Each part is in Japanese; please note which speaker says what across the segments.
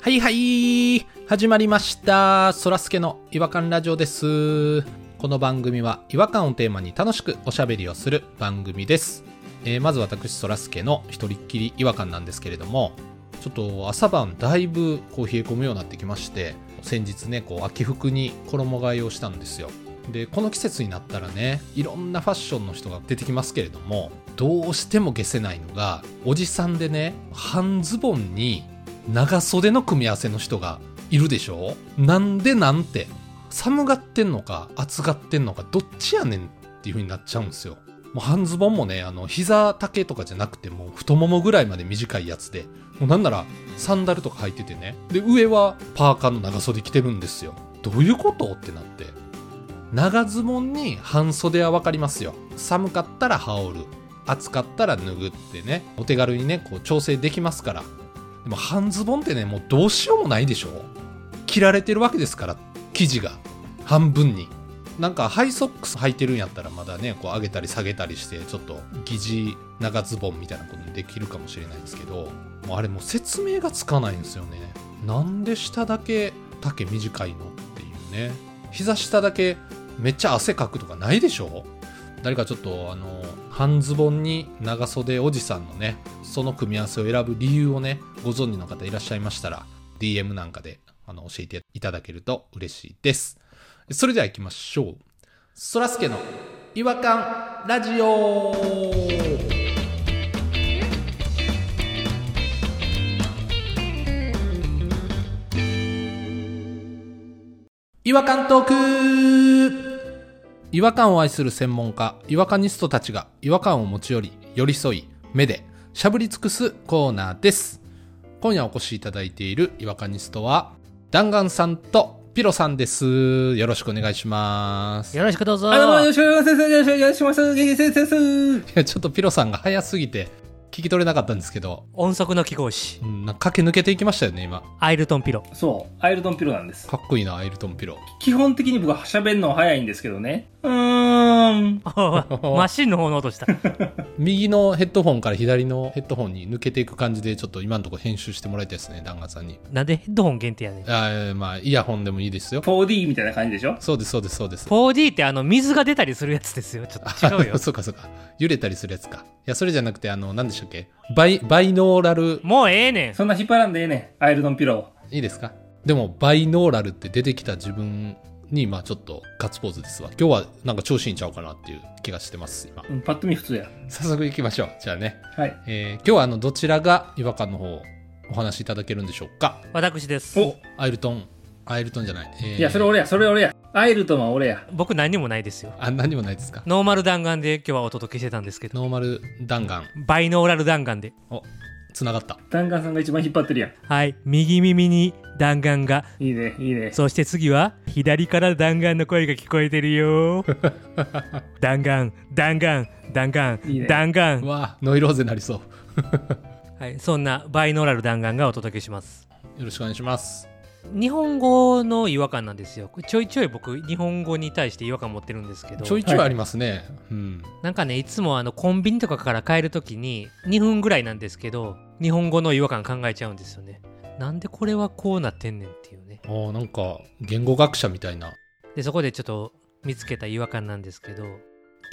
Speaker 1: はいはい始まりましたそらすけの違和感ラジオですこの番組は違和感をテーマに楽しくおしゃべりをする番組です、えーまず私そらすけの一人っきり違和感なんですけれどもちょっと朝晩だいぶこう冷え込むようになってきまして先日ねこう秋服に衣替えをしたんですよでこの季節になったらねいろんなファッションの人が出てきますけれどもどうしても消せないのがおじさんでね半ズボンに長袖の組み合わせの人がいるでしょなんでなんて寒がってんのか暑がってんのかどっちやねんっていう風になっちゃうんですよもう半ズボンもねあの膝丈とかじゃなくてもう太ももぐらいまで短いやつでもうなんならサンダルとか履いててねで上はパーカーの長袖着てるんですよどういうことってなって長ズボンに半袖は分かりますよ寒かったら羽織る暑かったら脱ぐってねお手軽にねこう調整できますからでも半ズボンってねもうどうしようもないでしょ切られてるわけですから生地が半分になんかハイソックス履いてるんやったらまだねこう上げたり下げたりしてちょっと疑似長ズボンみたいなことにできるかもしれないですけどもうあれもう説明がつかないんですよねなんで下だけ丈短いのっていうね膝下だけめっちゃ汗かくとかないでしょ誰かちょっとあの半ズボンに長袖おじさんのねその組み合わせを選ぶ理由をねご存知の方いらっしゃいましたら DM なんかであの教えていただけると嬉しいですそれでは行きましょうそらすけの違和感ラジオ違和感トーク違和感を愛する専門家違和感ニストたちが違和感を持ち寄り寄り添い目でしゃぶり尽くすコーナーです今夜お越しいただいている違和感ニストは弾丸さんとピロさんですよろしくお願いしますい
Speaker 2: よろしくどうぞ。
Speaker 3: あ、どうも、よろしくお願いします。よろしくお願いします。元気です。
Speaker 1: やちょっとピロさんが早すぎて聞き取れなかったんですけど、
Speaker 2: 音速の記号詞、
Speaker 1: うん、なんか駆け抜けていきましたよね今
Speaker 2: アイルトンピ ロ。
Speaker 3: そう、アイルトンピロなんです。
Speaker 1: かっこいいなアイルトンピロ
Speaker 3: 基本的に僕は喋るの早いんですけどね。うーん。
Speaker 2: マシンの方の音した。
Speaker 1: 右のヘッドホンから左のヘッドホンに抜けていく感じでちょっと今のところ編集してもらいたいですね弾丸さんに
Speaker 2: なんでヘッドホン限定やねん。
Speaker 1: あーまあイヤホンでもいいですよ
Speaker 3: 4D みたいな感じでしょ
Speaker 1: そうですそうですそうです
Speaker 2: 4D ってあの水が出たりするやつですよ。ちょっと違うよ
Speaker 1: あ。そうかそうか揺れたりするやつかいやそれじゃなくてあの何でしたっけバイバイノーラル
Speaker 2: もうええねん。
Speaker 3: そんな引っ張らんでええねん。アイルトンピロ
Speaker 1: いいですかでもバイノーラルって出てきた自分にまあちょっとガッツポーズですわ今日はなんか調子いいんちゃうかなっていう気がしてます今
Speaker 3: ー。うん、パッと見普通や。
Speaker 1: 早速行きましょうじゃあね
Speaker 3: はい。
Speaker 1: えー今日はあのどちらが違和感の方をお話しいただけるんでしょうか
Speaker 2: 私です。
Speaker 3: お
Speaker 1: アイルトンアイルトンじゃない、えー
Speaker 3: いや、それ俺や、それ俺や。アイルトンは俺や。
Speaker 2: 僕何にもないですよ。
Speaker 1: あ何にもないですか
Speaker 2: ノーマル弾丸で今日はお届けしてたんですけど、
Speaker 1: ノーマル弾丸
Speaker 2: バイノーラル弾丸で。
Speaker 1: おつながった
Speaker 3: 弾丸さんが一番引っ張ってるや
Speaker 2: はい、右耳に弾丸が。
Speaker 3: ん。いいね、いいね。
Speaker 2: そして次は、左から弾丸の声が聞こえてる よ。弾丸、弾丸、弾丸
Speaker 3: いいね、
Speaker 2: 弾
Speaker 1: う
Speaker 2: 丸。
Speaker 1: わノイローゼになりそう
Speaker 2: はい、そんなバイノーラル弾丸がお届けします。
Speaker 1: よろしくお願いします
Speaker 2: 日本語の違和感なんですよちょいちょい僕日本語に対して違和感持ってるんですけど
Speaker 1: ちょいちょいありますね、うん
Speaker 2: なんかねいつもあのコンビニとかから帰る時に2分ぐらいなんですけど日本語の違和感考えちゃうんですよねなんでこれはこうなってんねんっていうね
Speaker 1: あーなんか言語学者みたいな
Speaker 2: でそこでちょっと見つけた違和感なんですけど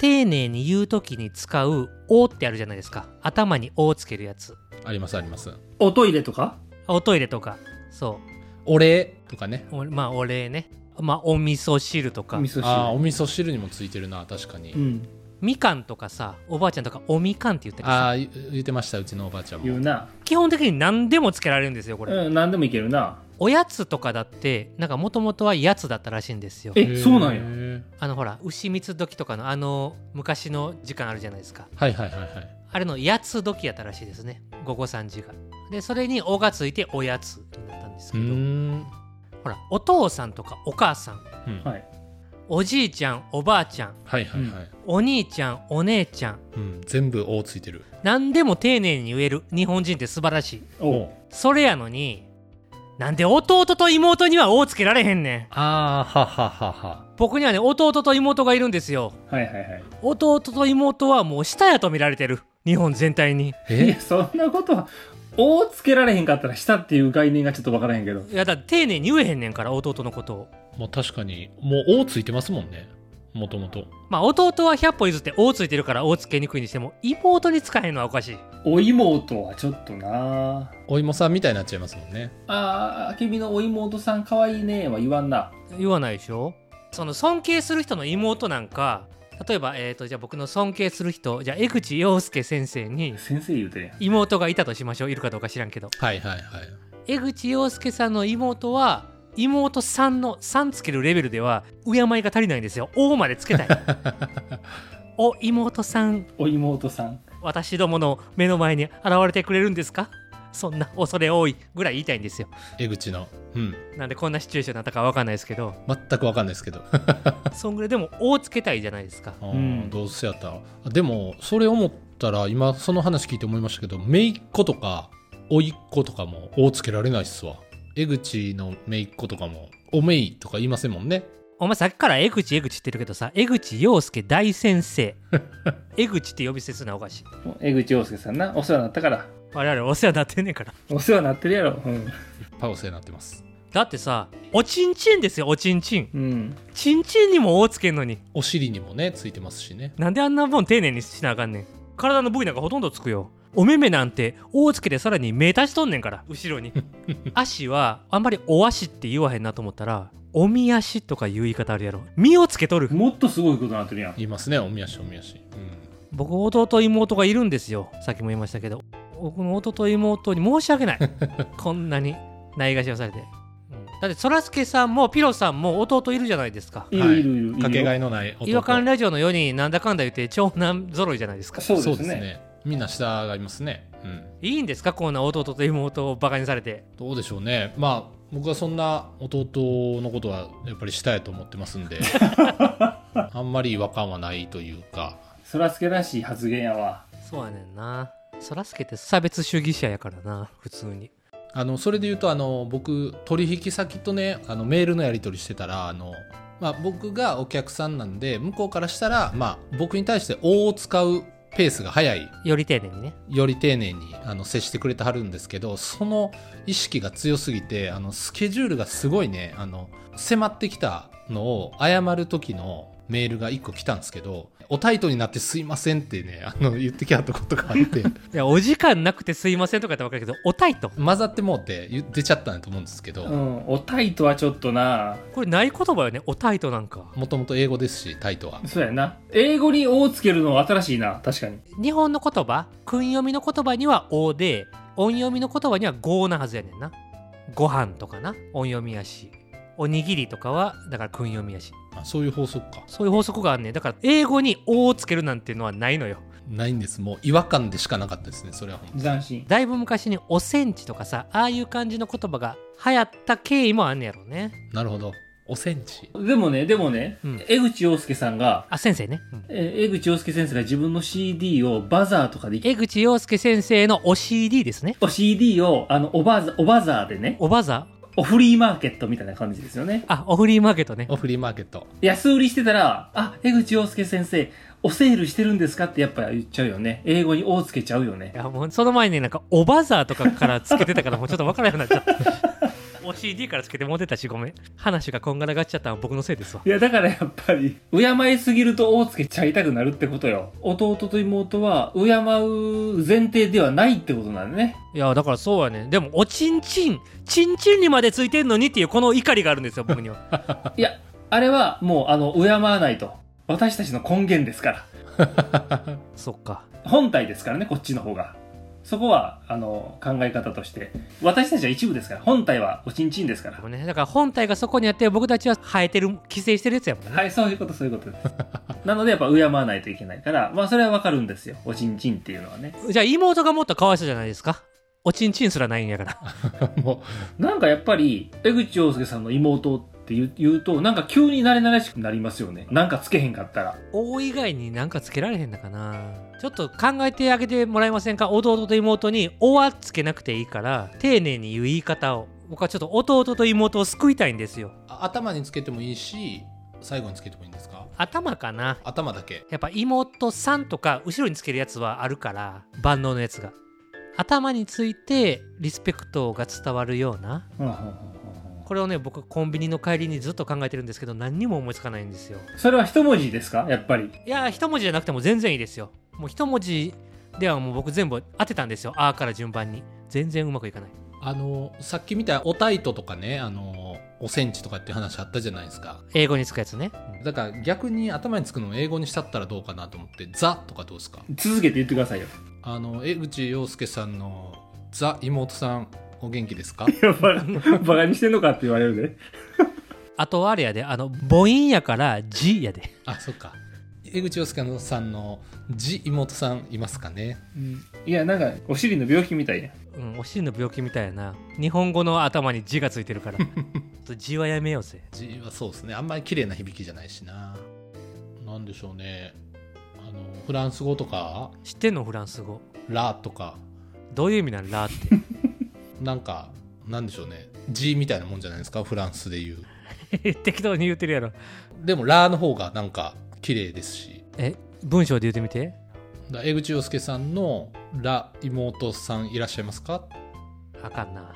Speaker 2: 丁寧に言う時に使う「お」ってあるじゃないですか頭に「お」をつけるやつ
Speaker 1: ありますあります
Speaker 3: おトイレとか
Speaker 2: おトイレとかそ
Speaker 1: お礼とかね
Speaker 2: うおまあお礼ねまあお味噌汁とか
Speaker 3: 味噌
Speaker 1: あー
Speaker 3: 汁。
Speaker 1: お味噌汁にもついてるな確かに、
Speaker 3: うん。
Speaker 2: みかんとかさおばあちゃんとかおみかんって言ったりさ
Speaker 1: ああ言ってましたうちのおばあちゃんも
Speaker 3: 言うな。
Speaker 2: 基本的に何でもつけられるんですよこれ、
Speaker 3: うん、何でもいけるな。
Speaker 2: おやつとかだってなんかもともとはやつだったらしいんですよ
Speaker 3: え
Speaker 1: へー
Speaker 3: そうなんや
Speaker 2: あのほら牛蜜時とかのあの昔の時間あるじゃないですか
Speaker 1: はいはいはいはい
Speaker 2: あれのやつ時やったらしいですね午後3時がでそれに「お」がついて「おやつ」になったんです
Speaker 1: う
Speaker 2: け
Speaker 1: ー
Speaker 2: ど
Speaker 1: ん
Speaker 2: ほらお父さんとかお母さん
Speaker 1: うんは
Speaker 3: はいい。
Speaker 2: おじいちゃんおばあちゃん
Speaker 1: はいはい、
Speaker 2: お兄ちゃんお姉ちゃん
Speaker 1: うん全部「お」ついてる
Speaker 2: 何でも丁寧に言える日本人って素晴らしい
Speaker 3: お
Speaker 2: それやのになんで弟と妹には「お」つけられへんねん
Speaker 1: ああはははは
Speaker 2: 僕にはね弟と妹がいるんですよ
Speaker 3: はいはいはい。
Speaker 2: 弟と妹はもう下やと見られてる日本全体に
Speaker 3: い
Speaker 1: え
Speaker 3: や、そんなことは、 「お」つけられへんかったら「した」っていう概念がちょっとわからへんけど
Speaker 2: いやだって丁寧に言えへんねんから弟のことを
Speaker 1: まあ確かに、もう、おついてますもんね。もともと。
Speaker 2: まあ弟は100歩譲って「お」ついてるから「お」つけにくいにしても妹に使えへんのはおかしい
Speaker 3: 「お妹」はちょっとな
Speaker 1: お芋さんみたいになっちゃいますもんね。
Speaker 3: あーあけみのお妹さんかわいいねは言わんな
Speaker 2: 言わないでしょその尊敬する人の妹なんか例えば、えー、とじゃあ僕の尊敬する人じゃあ江口洋介先生に
Speaker 3: 先生言うてるやん
Speaker 2: 妹がいたとしましょういるかどうか知らんけど
Speaker 1: はいはいはい。
Speaker 2: 江口洋介さんの妹は妹さんの「さん」つけるレベルでは敬いが足りないんですよ「お」までつけたいお妹さん
Speaker 3: お妹さん
Speaker 2: 私どもの目の前に現れてくれるんですかそんな恐れ多いぐらい言いたいんですよ
Speaker 1: 江口の。うん。
Speaker 2: なんでこんなシチュエーションになったかわかんないですけど
Speaker 1: 全くわかんないですけど。
Speaker 2: そんぐらいでも「お」つけたいじゃないですか
Speaker 1: あー
Speaker 3: うん
Speaker 1: どうせやったらあでもそれ思ったら今その話聞いて思いましたけど姪っ子とか甥っ子とかも「お」つけられないっすわ江口の姪っ子とかも「おめい」とか言いませんもんね
Speaker 2: お前さっきから江口江口って言ってるけどさ江口洋介大先生江口って呼び捨てするのはおかしい
Speaker 3: 江口洋介さんなお世話になったから
Speaker 2: 我々お世話になってんねんから
Speaker 3: お世話になってるやろうん
Speaker 1: パオセになってます
Speaker 2: だってさおちんちんですよおちんちん
Speaker 3: うん
Speaker 2: ちんちんにも「お」つけんのに
Speaker 1: お尻にもねついてますしね
Speaker 2: なんであんなもん丁寧にしなあかんねん体の部位なんかほとんどつくよお目目なんて「お」つけてさらに目足しとんねんから後ろに足はあんまり「お足」って言わへんなと思ったら「おみ足」とかいう言い方あるやろ身をつけとる
Speaker 3: もっとすごいことになってるやん
Speaker 1: 言いますねおみやしおみやし、
Speaker 2: 僕弟妹がいるんですよさっきも言いましたけど僕の弟妹に申し訳ないこんなにないがしをされて、うんだってそらすけさんもピロさんも弟いるじゃないですか
Speaker 3: い
Speaker 1: はい
Speaker 3: るいるいるいる
Speaker 1: うん、かけがえのない弟
Speaker 2: 違和感ラジオの4人なんだかんだ言って長男揃いじゃないですか
Speaker 3: そうですね
Speaker 1: みんな下がいますねうん
Speaker 2: いいんですかこんな弟と妹をバカにされて
Speaker 1: どうでしょうねまあ僕はそんな弟のことはやっぱりしたいと思ってますんであんまり違和感はないというか
Speaker 3: そらすけらしい発言やわ
Speaker 2: そうやねんなそらすけって差別主義者やからな普通に
Speaker 1: あのそれで言うとあの僕取引先とねあのメールのやり取りしてたらあの、まあ、僕がお客さんなんで向こうからしたら、まあ、僕に対して「お」を使うペースが早い
Speaker 2: より丁寧にね
Speaker 1: より丁寧にあの接してくれてはるんですけどその意識が強すぎてあのスケジュールがすごいねあの迫ってきたのを謝る時のメールが1個来たんですけど「おタイトになってすいません」ってねあの言ってきはったことがあっ て。
Speaker 2: いやお時間なくてすいませんとか言ったら分かるけどおたいと
Speaker 1: 混ざってもうって言出ちゃったんだと思うんですけど、
Speaker 3: うんおたいとはちょっとな
Speaker 2: これない言葉よねおたいとなんか
Speaker 1: もともと英語ですし、タイトは。
Speaker 3: そうやな英語に「お」つけるのは新しいな確かに
Speaker 2: 日本の言葉訓読みの言葉には「お」で音読みの言葉には「ご」なはずやねんなご飯とかな音読みやしおにぎりとかはだから訓読みやし
Speaker 1: あそういう法則か。
Speaker 2: そういう法則があんねんだから英語に「お」をつけるなんていうのはないのよ
Speaker 1: ないんです。もう違和感でしかなかったですね、それは本当に。
Speaker 3: 斬新
Speaker 2: だいぶ昔に「おせんち」とかさああいう感じの言葉が流行った経緯もあんねやろね
Speaker 1: なるほど。おせんち。
Speaker 3: でもねでもね、
Speaker 2: うん
Speaker 3: 江口洋介さんが
Speaker 2: あ先生ね、うん
Speaker 3: えー江口洋介先生が自分の CD をバザーとかで
Speaker 2: 江口洋介先生の「お CD」ですね
Speaker 3: お CD をあのおばざおバザーでね
Speaker 2: おばざ
Speaker 3: おフリーマーケットみたいな感じですよね
Speaker 2: あおフリーマーケットね
Speaker 1: おフリーマーケット。
Speaker 3: 安売りしてたらあ江口洋介先生おセールしてるんですかってやっぱ言っちゃうよね英語に「お」つけちゃうよね
Speaker 2: いやもうその前になんか「おばざ」とかからつけてたからもうちょっとわからなくなっちゃった お CD からつけて持ってたしごめん話がこんがらがっちゃったのは僕のせいですわ
Speaker 3: いやだからやっぱり敬いすぎると「お」つけちゃいたくなるってことよ弟と妹は敬う前提ではないってことなんだね
Speaker 2: いやだからそうやねでもおちんちんちんちんにまでついてんのにっていうこの怒りがあるんですよ僕には
Speaker 3: いやあれはもうあの敬わないと私たちの根源ですから
Speaker 2: そっか
Speaker 3: 本体ですからねこっちの方がそこはあの考え方として私たちは一部ですから本体はおちんちんですから
Speaker 2: ごめんねだから本体がそこにあって僕たちは生えてる寄生してるやつやもんね
Speaker 3: はいそういうことそういうことです なのでやっぱ敬わないといけないからまあそれはわかるんですよおちんちんっていうのはね
Speaker 2: じゃあ妹がもっとかわいそうじゃないですかおちんちんすらないんやから
Speaker 1: も
Speaker 3: なんかやっぱり江口洋介さんの妹って言う言うとなんか急に慣れ慣れしくなりますよねなんかつけへんかったら
Speaker 2: お以外になんかつけられへんのかなちょっと考えてあげてもらえませんか弟と妹に「お」はつけなくていいから丁寧に言う言い方を僕はちょっと弟と妹を救いたいんですよ
Speaker 1: う、あ頭につけてもいいし、最後につけてもいいんですか
Speaker 2: 頭かな
Speaker 1: 頭だけ。
Speaker 2: やっぱ妹さんとか後ろにつけるやつはあるから万能のやつが頭についてリスペクトが伝わるような
Speaker 3: うんうんうんうんうん
Speaker 2: これをね僕コンビニの帰りにずっと考えてるんですけど何にも思いつかないんですよ
Speaker 3: それは一文字ですかやっぱり。
Speaker 2: いやー一文字じゃなくても全然いいですよもう一文字ではもう僕全部当てたんですよ「あ」から順番に全然うまくいかない
Speaker 1: あのさっきみたいおタイトとかねあのおセンチとかっていう話あったじゃないですか
Speaker 2: 英語につくやつね
Speaker 1: だから逆に頭につくのを英語にしたったらどうかなと思って「ザ」とかどうですか
Speaker 3: 続けて言ってくださいよ。
Speaker 1: あの江口洋介さんの「ザ妹さんお元気 ですか?」
Speaker 3: いやば バカにしてんのかって言われるで。
Speaker 2: あとはあれやであの母音やから「字」やで
Speaker 1: あそっか江口洋介さんの「じ妹さんいますかね?
Speaker 3: いや、なんか、お尻の病気みたいや。
Speaker 2: うんお尻の病気みたいやな日本語の頭に「字」がついてるからちょっと字はやめようぜ」
Speaker 1: じはそうですねあんまり綺麗な響きじゃないしななんでしょうねあのフランス語とか
Speaker 2: 知ってんのフランス語
Speaker 1: 「ラ」とか
Speaker 2: どういう意味なのラーっ
Speaker 1: なんかなんでしょうね「じ」みたいなもんじゃないですかフランスで言う
Speaker 2: て 適当に言ってるやろ
Speaker 1: でも「ラ」の方がなんか綺麗ですし
Speaker 2: え文章で言ってみて
Speaker 1: だ江口洋介さんの「ら妹さんいらっしゃいますか?
Speaker 2: あかんな」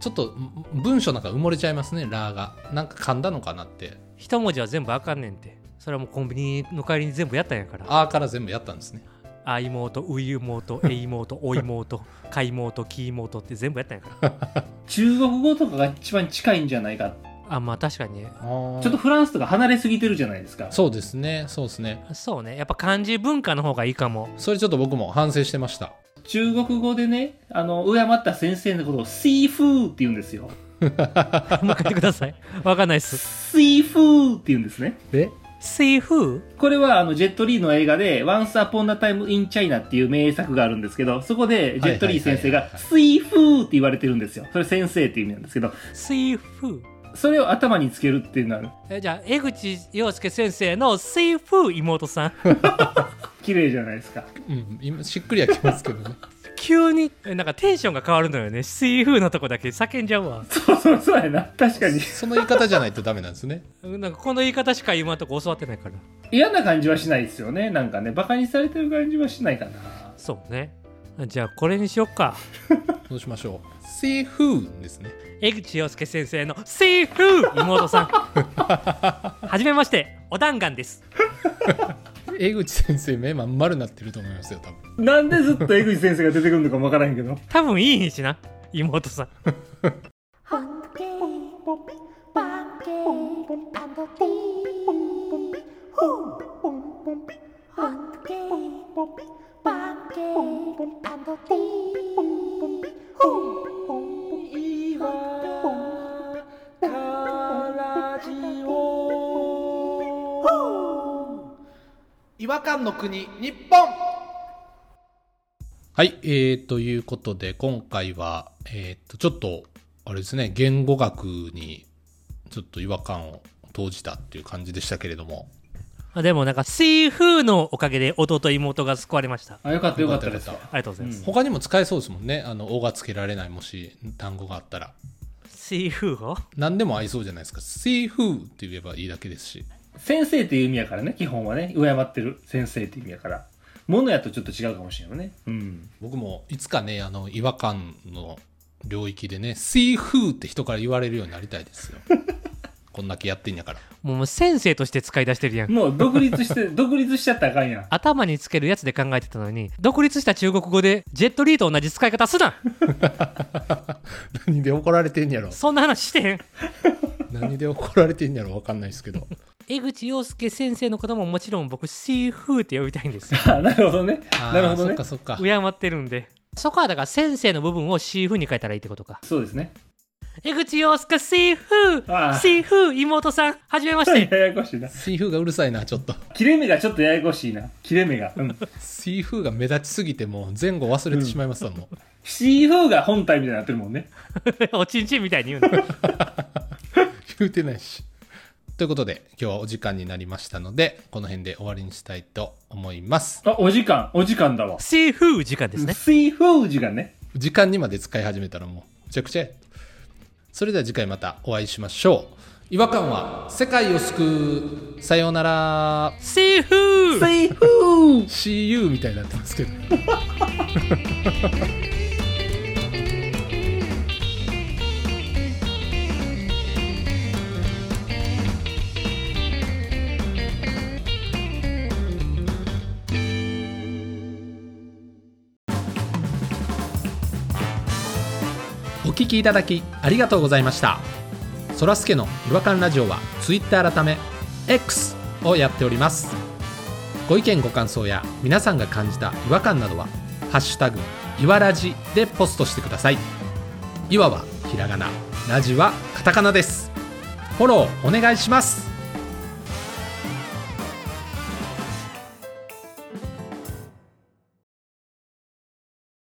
Speaker 1: ちょっとん文章なんか埋もれちゃいますね「ら」がなんか噛んだのかなって
Speaker 2: 一文字は全部あかんねんてそれはもうコンビニの帰りに全部やったんやか
Speaker 1: 「
Speaker 2: ら
Speaker 1: あ」から全部やったんですね
Speaker 2: あ妹、う妹、え妹、お妹、か妹、き妹って全部やったんやから。
Speaker 3: 中国語とかが一番近いんじゃないか。
Speaker 2: あ、まあ確かにね。
Speaker 1: ちょ
Speaker 3: ちょっとフランスとか離れすぎてるじゃないですか。
Speaker 1: そうですねそうですね
Speaker 2: そうね。やっぱ漢字文化の方がいいかも。
Speaker 1: それちょっと僕も反省してました
Speaker 3: 中国語でね、あの、敬った先生のことをシーフーって言うんですよ。
Speaker 2: 任せてください。 わかんないっす。
Speaker 3: シーフーって言うんですね。
Speaker 1: え
Speaker 2: セーフ
Speaker 3: これはあのジェットリーの映画で「Once Upon a Time in China」っていう名作があるんですけどそこでジェットリー先
Speaker 1: は
Speaker 3: 生
Speaker 1: い
Speaker 3: が
Speaker 1: はいはい
Speaker 3: 「スイフー」って言われてるんですよそれ先生っていう意味なんですけど
Speaker 2: セーフ
Speaker 3: それを頭につけるっていうのは
Speaker 2: えじゃあ、江口洋介先生のセーフ妹さん。
Speaker 3: 綺麗じゃないですか
Speaker 1: うん今しっくりはきますけどね
Speaker 2: 急に、えなんかテンションが変わるのよね。セーフのとこだけ叫んじゃうわ。
Speaker 3: そうそうそうやな 確かに
Speaker 1: その言い方じゃないとダメなんですね
Speaker 2: なんかこの言い方しか今のとこ教わってないから。
Speaker 3: 嫌な感じはしないですよねなんかねバカにされてる感じはしないかな
Speaker 2: そうね。じゃあ、これにしよっか。
Speaker 1: どうしましょう「セーフー」ですね
Speaker 2: 江口洋介先生のセーフ妹 さんはじめましてお弾丸です
Speaker 1: 江口先生目まん丸なってると思いますよ多分
Speaker 3: なんでずっと江口先生が出てくるのかもわからへんけど
Speaker 2: 多分いい日しな妹さん
Speaker 4: Home.
Speaker 5: 違和感の国日本
Speaker 1: はいえー、ということで今回はえー、とちょっとあれですね言語学にちょっと違和感を投じたっていう感じでしたけれども
Speaker 2: あでもなんかセーフのおかげで弟妹が救われましたあ
Speaker 3: あよかったよかったです
Speaker 1: よかっ
Speaker 2: りがとうございます、
Speaker 3: うん
Speaker 1: 他にも使えそうですもんねあの「お」がつけられないもし単語があったら
Speaker 2: セーフを
Speaker 1: 何でも合いそうじゃないですか「セーフー」って言えばいいだけですし
Speaker 3: 先生っていう意味やからね基本はね敬ってる先生っていう意味やからものやとちょっと違うかもしれないねうん
Speaker 1: 僕もいつかねあの違和感の領域でね「セーフー」って人から言われるようになりたいですよ こんだけやってんやから
Speaker 2: もう先生として使い出してるやん
Speaker 3: もう独立 して、独立しちゃったらあかんやん。
Speaker 2: 頭につけるやつで考えてたのに独立した中国語でジェットリーと同じ使い方すな
Speaker 1: 何で怒られてんやろ
Speaker 2: そんな話してへん
Speaker 1: 何で怒られてんやろ分かんないですけど
Speaker 2: 江口洋介先生のことももちろん僕セーフって呼びたいん ですよ
Speaker 3: あなるほどね。
Speaker 1: あー
Speaker 3: なるほどね
Speaker 1: そっか。そっか
Speaker 2: 敬ってるんでそこはだから先生の部分をシーフに変えたらいいってことか
Speaker 3: そうですね。
Speaker 2: 江口洋介シーフ
Speaker 3: ああ
Speaker 2: シーフ妹さんはじめまして
Speaker 3: ややこしいな。
Speaker 1: セーフーがうるさいなちょっと
Speaker 3: 切れ目がちょっとややこしいな。切れ目が。うん。
Speaker 1: セーフーが目立ちすぎてもう前後忘れてしまいますわもう
Speaker 3: シーフーが本体みたいになってるもんね。
Speaker 2: おちんちんみたいに言うの
Speaker 1: 言うてないしということで今日はお時間になりましたのでこの辺で終わりにしたいと思います
Speaker 3: あ、お時間、お時間だわ。
Speaker 2: シーフ時間ですね
Speaker 3: シーフー時間ね。
Speaker 1: 時間にまで使い始めたらもうむちゃくちゃやそれでは次回またお会いしましょう違和感は世界を救うさようなら
Speaker 2: シーフ
Speaker 3: シーフー
Speaker 1: CU みたいになってますけど聞きいただきありがとうございましたそらすけの違和感ラジオは Twitter 改め X をやっておりますご意見ご感想や皆さんが感じた違和感などは「ハッシュタグいわらじ」でポストしてくださいいわはひらがなラジはカタカナですフォローお願いします